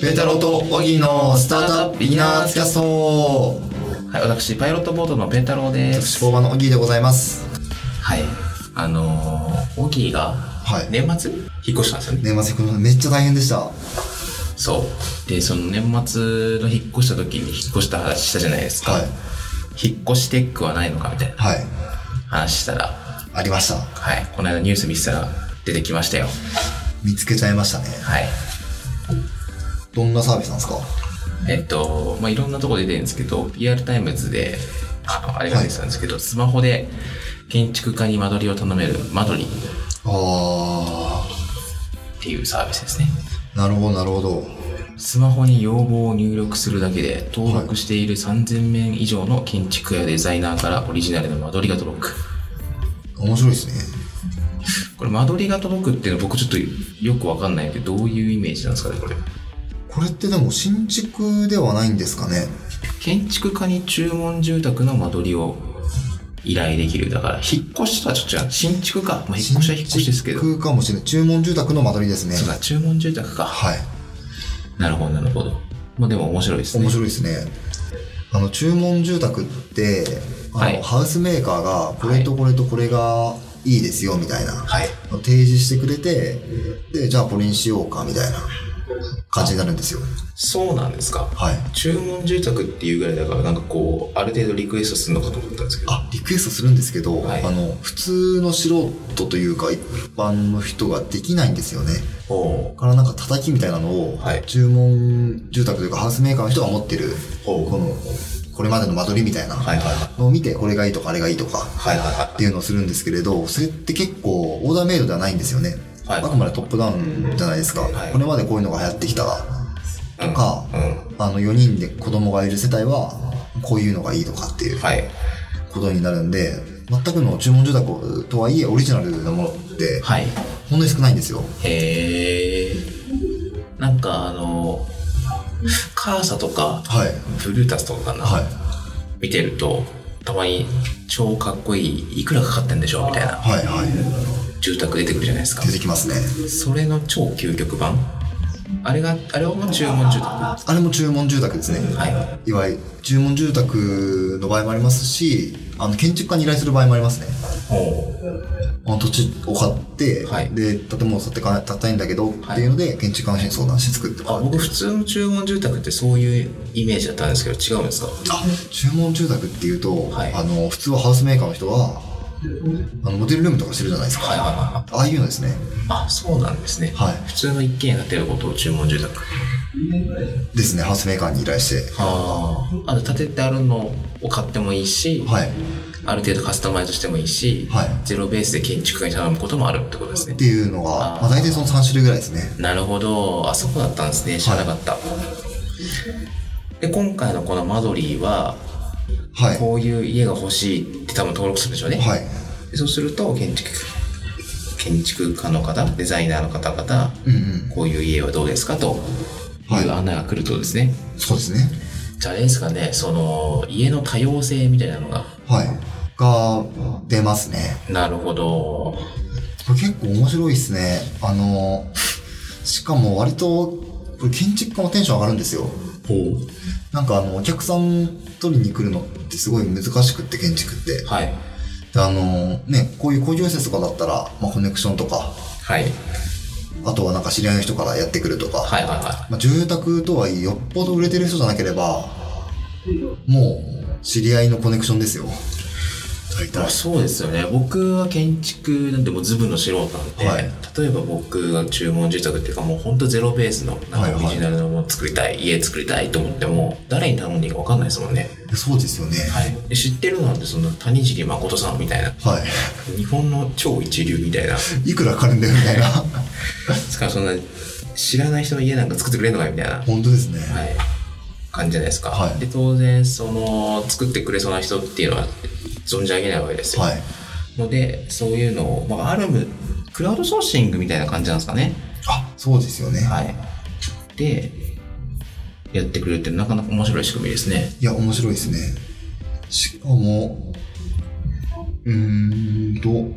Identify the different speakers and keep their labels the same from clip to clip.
Speaker 1: ペータローとオギーのスタートアップビギナーズキャスト
Speaker 2: はい、私、パイロットボートのペンタロウです。
Speaker 1: 私、工場のオギーでございます。
Speaker 2: はい。あのー、オギーが、
Speaker 1: い
Speaker 2: 年末引っ越したんですよね。
Speaker 1: 年末このめっちゃ大変でした。
Speaker 2: そう。で、その年末の引っ越した時に引っ越した話したじゃないですか。
Speaker 1: はい
Speaker 2: 引っ越しテックはないのかみたいな
Speaker 1: はい。
Speaker 2: 話したら、
Speaker 1: ありました。
Speaker 2: はい。この間ニュース見てたら出てきましたよ。
Speaker 1: 見つけちゃいましたね。
Speaker 2: はい。
Speaker 1: どんなサービスなんですか
Speaker 2: えっと、まあ、いろんなとこ出てるんですけど、PR タイムズで、あのあれが出てたんですけど、スマホで建築家に間取りを頼める間取りっ
Speaker 1: あ
Speaker 2: ていうサービスですね。
Speaker 1: ー、なるほど、なるほど。
Speaker 2: スマホに要望を入力するだけで登録している3000名以上の建築やデザイナーからオリジナルの間取りが届く
Speaker 1: 面白いですね。
Speaker 2: これ間取りが届くっていうの僕ちょっとよくわかんないけどどういうイメージなんですかねこれ
Speaker 1: これってでも新築ではないんですかね
Speaker 2: 建築家に注文住宅の間取りを依頼できるだから引っ越しとはちょっと違う新築か、まあ、引っ越しは引っ越しですけど
Speaker 1: 新築かもしれない。注文住宅の間取りですね。
Speaker 2: そうか注文住宅か
Speaker 1: はい。
Speaker 2: なるほどなるほどまあでも面白いですね
Speaker 1: 面白いですね。あの、注文住宅って、あの、
Speaker 2: はい
Speaker 1: ハウスメーカーが、これとこれとこれがいいですよ、みたいな。
Speaker 2: はい
Speaker 1: 提示してくれて、で、じゃあこれにしようか、みたいな感じになるんですよ。
Speaker 2: そうなんですか
Speaker 1: はい。
Speaker 2: 注文住宅っていうぐらいだからなんかこうある程度リクエストするのかと思ったんですけど
Speaker 1: あ、リクエストするんですけど、
Speaker 2: はい
Speaker 1: あの、普通の素人というか、一般の人ができないんですよね。
Speaker 2: ほ
Speaker 1: だからなんか叩きみたいなのを、
Speaker 2: はい
Speaker 1: 注文住宅というかハウスメーカーの人が持ってる、
Speaker 2: ほう
Speaker 1: この、これまでの間取りみたいな
Speaker 2: はいはいは
Speaker 1: のを見て、これがいいとか、あれがいいとか、
Speaker 2: はいはいはい
Speaker 1: っていうのをするんですけれど、それって結構オーダーメイドではないんですよね。
Speaker 2: はい
Speaker 1: あくまでトップダウンじゃないですか。
Speaker 2: はい
Speaker 1: これまでこういうのが流行ってきたとか、
Speaker 2: う
Speaker 1: あの4人で子供がいる世帯は、こういうのがいいとかっていう
Speaker 2: はい
Speaker 1: ことになるんで、全くの注文住宅とはいえオリジナルなものって、
Speaker 2: はい
Speaker 1: ほんのに少ないんですよ。
Speaker 2: へえなんかあのカーサとか
Speaker 1: はい。
Speaker 2: ブルータスとかかな、
Speaker 1: はい。
Speaker 2: 見てるとたまに超かっこいいいくらかかってんでしょみたいな
Speaker 1: はいはい。
Speaker 2: 住宅出てくるじゃないですか
Speaker 1: 出てきますね。
Speaker 2: それの超究極版あれがあれは注文住宅は
Speaker 1: あれも注文住宅ですね。
Speaker 2: い
Speaker 1: いわゆる注文住宅の場合もありますし、あの建築家に依頼する場合もありますね。
Speaker 2: ほ
Speaker 1: あの土地を買って、
Speaker 2: はい
Speaker 1: で建物を建てか建てたいんだけど、っていうので建築家の人に相談して作って
Speaker 2: あ僕普通の注文住宅ってそういうイメージだったんですけど違うんですか
Speaker 1: あ注文住宅っていうと、
Speaker 2: はい
Speaker 1: あの普通はハウスメーカーの人はあのモデルルームとかしてるじゃないですか、
Speaker 2: はいはいはいはい
Speaker 1: ああいうのですね
Speaker 2: あそうなんですね、
Speaker 1: はい
Speaker 2: 普通の一軒家建てることを注文住宅
Speaker 1: ですねハウスメーカーに依頼して
Speaker 2: ああと建ててあるのを買ってもいいし、
Speaker 1: はい
Speaker 2: ある程度カスタマイズしてもいいし、
Speaker 1: はい
Speaker 2: ゼロベースで建築家に頼むこともあるってことですね
Speaker 1: っていうのがまあ、大体その3種類ぐらいですね
Speaker 2: なるほどあそこだったんですね知らなかった、で今回のこの間取りは
Speaker 1: はい
Speaker 2: こういう家が欲しいって多分登録するんでしょうね、
Speaker 1: はい
Speaker 2: でそうすると建築建築家の方デザイナーの方々、
Speaker 1: うんうん
Speaker 2: こういう家はどうですかと
Speaker 1: はい
Speaker 2: いう案内が来るとですね、
Speaker 1: そうですね
Speaker 2: じゃああれですかねその家の多様性みたいなのが
Speaker 1: はいが出ますね
Speaker 2: なるほど
Speaker 1: これ結構面白いですねあのしかも割とこれ建築家もテンション上がるんですよ
Speaker 2: ほう
Speaker 1: なんかあのお客さん取りに来るのってすごい難しくって建築って
Speaker 2: はい
Speaker 1: であのねこういう工業施設とかだったら、まあ、コネクションとか
Speaker 2: はい
Speaker 1: あとはなんか知り合いの人からやってくるとか、
Speaker 2: はいはいは
Speaker 1: まあ、住宅とはいえよっぽど売れてる人じゃなければもう知り合いのコネクションですよ大
Speaker 2: いまあ
Speaker 1: 体
Speaker 2: そうですよね僕は建築なんてもうズブの素人なんで、
Speaker 1: はい
Speaker 2: 例えば僕が注文住宅っていうかもうほんとゼロベースのな
Speaker 1: はい
Speaker 2: んか
Speaker 1: は
Speaker 2: オ
Speaker 1: い
Speaker 2: リジナルのもの作りたい、家作りたいと思っても誰に頼んでいいか分かんないですもんね、
Speaker 1: そうですよね
Speaker 2: はい、で知ってるなんてそんな谷尻誠さんみたいな
Speaker 1: はい、、
Speaker 2: 日本の超一流みたい ない
Speaker 1: くらかかるんだよみたいな
Speaker 2: しかもそんな知らない人の家なんか作ってくれんのかいみたいな、はい、
Speaker 1: 本当ですね、
Speaker 2: 感じじゃないですか、
Speaker 1: はい
Speaker 2: で当然その作ってくれそうな人っていうのは存じ上げないわけですよ、
Speaker 1: はい
Speaker 2: のでそういうのを、まあ、アルムクラウドソーシングみたいな感じなんですかね
Speaker 1: あそうですよね、
Speaker 2: はいでやってくれるってなかなか面白い仕組みですね
Speaker 1: いや、面白いですね。しかも、うーんと、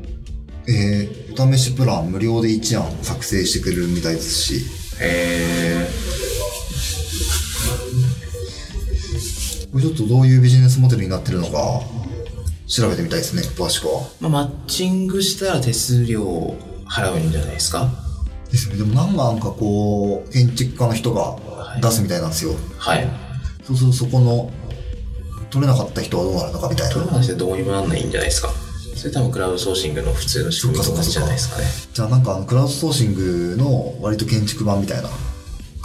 Speaker 1: えーお試しプラン無料で1案作成してくれるみたいですし、
Speaker 2: へえ
Speaker 1: これちょっとどういうビジネスモデルになってるのか、調べてみたいですね、詳しくは。
Speaker 2: まあ、マッチングしたら手数料を払うんじゃないですか
Speaker 1: ですよね。でもなんかなんかこう、建築家の人が出すみたいなんですよ。
Speaker 2: はい
Speaker 1: そうするとそこの、取れなかった人はどうなるのかみたい
Speaker 2: 取
Speaker 1: な。
Speaker 2: る話でどうにもなんないんじゃないですかそれ多分クラウドソーシングの普通の仕組みと同じじゃないですかね
Speaker 1: じゃあなんかあの、クラウドソーシングの割と建築版みたいな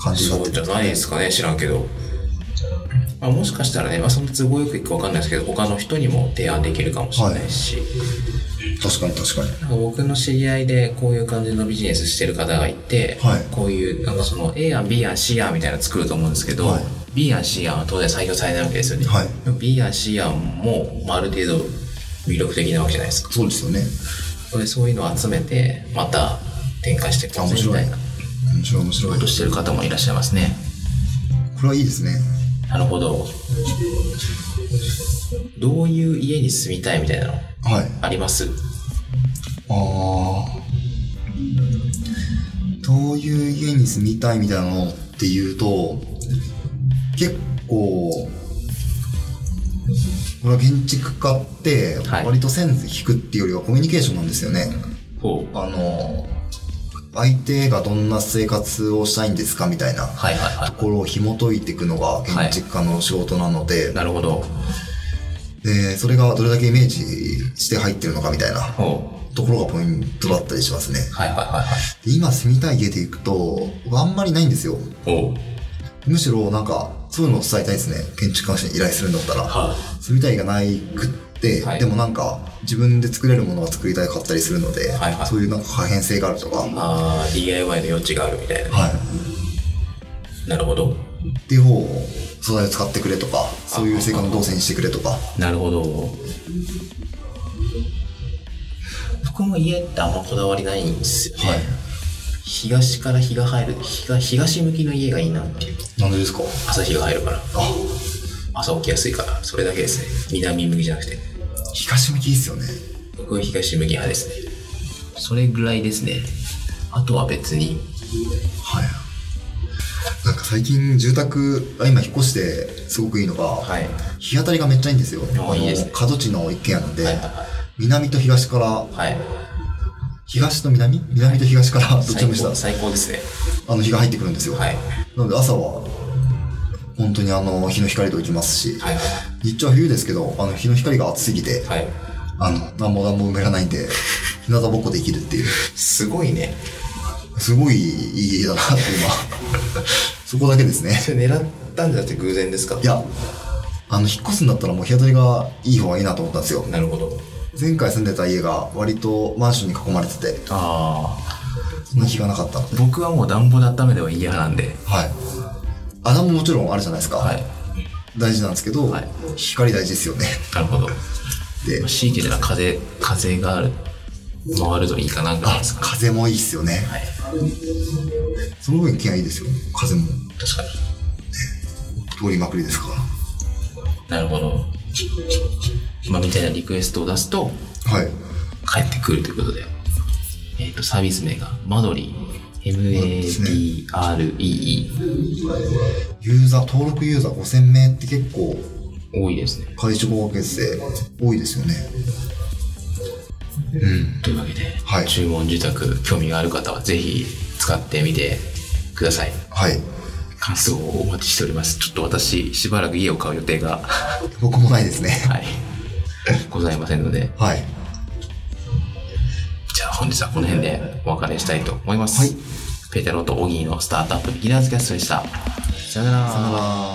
Speaker 1: 感じになっ
Speaker 2: そう
Speaker 1: て
Speaker 2: じ
Speaker 1: る
Speaker 2: ゃないですかね知らんけど、まあ、もしかしたらね、まあ、その都合よくいくか分かんないですけど他の人にも提案できるかもしれないし、
Speaker 1: 確かに確かに。
Speaker 2: なんか僕の知り合いでこういう感じのビジネスしてる方がいて、
Speaker 1: はい
Speaker 2: こういうなんかその A 案 B 案 C 案みたいなの作ると思うんですけど、
Speaker 1: はい
Speaker 2: B 案 C 案は当然採用されないわけですよね、
Speaker 1: はい
Speaker 2: でも B 案 C 案もまあある程度魅力的なわけじゃないですか
Speaker 1: そうですよね。
Speaker 2: それでそういうのを集めてまた展開していく
Speaker 1: あ面白い
Speaker 2: みたいな
Speaker 1: 面白い面白い。
Speaker 2: こ
Speaker 1: こと
Speaker 2: してる方もいらっしゃいますね
Speaker 1: れはいいですね。
Speaker 2: なるほどどういう家に住みたいみたいなの
Speaker 1: はい。
Speaker 2: あります
Speaker 1: ああ。どういう家に住みたいみたいなのっていうと、結構、これは建築家って
Speaker 2: はい
Speaker 1: 割と線引くっていうよりはコミュニケーションなんですよね。
Speaker 2: ほう
Speaker 1: あの、相手がどんな生活をしたいんですかみたいな
Speaker 2: はいはい
Speaker 1: と
Speaker 2: は
Speaker 1: ころを紐解いていくのが建築家の仕事なので、
Speaker 2: いなるほど
Speaker 1: で、それがどれだけイメージして入ってるのかみたいな
Speaker 2: ほう
Speaker 1: ところがポイントだったりしますね。
Speaker 2: はいはいはいはい
Speaker 1: で今住みたい家で行くと、僕あんまりないんですよ。
Speaker 2: お
Speaker 1: むしろなんか、そういうのを伝えたいですね。建築関心に依頼するんだったら。
Speaker 2: は
Speaker 1: 住みたいがないくって、
Speaker 2: はい
Speaker 1: でもなんか、自分で作れるものが作りたかったりするので、
Speaker 2: はいはい
Speaker 1: そういうなんか可変性があるとか、はい。
Speaker 2: あー DIY の余地があるみたいな、なるほど
Speaker 1: っていう方を、素材を使ってくれとか、そういう生活の動線にしてくれとか。
Speaker 2: なるほど僕も家ってあんまこだわりないんですよね、
Speaker 1: はい
Speaker 2: 東から日が入る日が東向きの家がいいなっていう
Speaker 1: なんでですか
Speaker 2: 朝日が入るから
Speaker 1: あ、
Speaker 2: 朝起きやすいからそれだけですね南向きじゃなくて
Speaker 1: 東向きいいっすよね。
Speaker 2: 僕は東向き派ですねそれぐらいですねあとは別に
Speaker 1: はい。なんか最近住宅、あ今引っ越してすごくいいのが、
Speaker 2: はい
Speaker 1: 日当たりがめっちゃいいんですよ。
Speaker 2: あいいですね
Speaker 1: 角地の一軒家なんで、
Speaker 2: はいはいはい
Speaker 1: 南と東から、
Speaker 2: はい
Speaker 1: 東と南南と東から、どっちも
Speaker 2: 最
Speaker 1: 下
Speaker 2: 高、最高ですね
Speaker 1: あの日が入ってくるんですよ。
Speaker 2: はい
Speaker 1: なので朝は、本当にあの日の光と行きますし、
Speaker 2: はい
Speaker 1: 日中は冬ですけど、あの日の光が暑すぎて、
Speaker 2: はいはい
Speaker 1: あの、なんもなんも埋めらないんで、日向ぼっこできるっていう、
Speaker 2: すごいね
Speaker 1: すごいいい家だなって 今、そこだけですね。
Speaker 2: それ狙ったんじゃなくて偶然ですか
Speaker 1: いや、あの、引っ越すんだったらもう日当たりがいい方がいいなと思ったんですよ。
Speaker 2: なるほど
Speaker 1: 前回住んでた家が割とマンションに囲まれてて、
Speaker 2: ああ
Speaker 1: そんな日がなかったので。
Speaker 2: 僕はもう暖房で温めてはいい派なんで
Speaker 1: はい。あだももちろんあるじゃないですか。
Speaker 2: はい
Speaker 1: 大事なんですけど、
Speaker 2: はい
Speaker 1: 光大事ですよね。
Speaker 2: なるほど
Speaker 1: で、
Speaker 2: 強いて言うなら風風がある回るといいかなぐらいですかね
Speaker 1: 風もいいっすよね。
Speaker 2: はい
Speaker 1: その分気がいいですよ。風も
Speaker 2: 確かに
Speaker 1: 通りまくりですか
Speaker 2: なるほど。まあ、みたいなリクエストを出すと、
Speaker 1: ら。はい。
Speaker 2: 帰ってくるということで。えっ、と、サービス名が、マドリー。M-A-D-R-E-E。
Speaker 1: ユーザー、登録ユーザー5000名って結構、
Speaker 2: 多いですね。
Speaker 1: 会社合結成多いですよね。うん。
Speaker 2: というわけで、
Speaker 1: はい
Speaker 2: 注文受託、興味がある方は、ぜひ使ってみてください。
Speaker 1: はい。
Speaker 2: 感想をお待ちしております。ちょっと私、しばらく家を買う予定が、 は
Speaker 1: 僕もないですね。
Speaker 2: い、ございませんので、
Speaker 1: はい。
Speaker 2: じゃあ本日はこの辺でお別れしたいと思います。
Speaker 1: はい
Speaker 2: ペータローとオギーのスタートアップビギナーズキャストでした。さよなら。
Speaker 1: さよなら。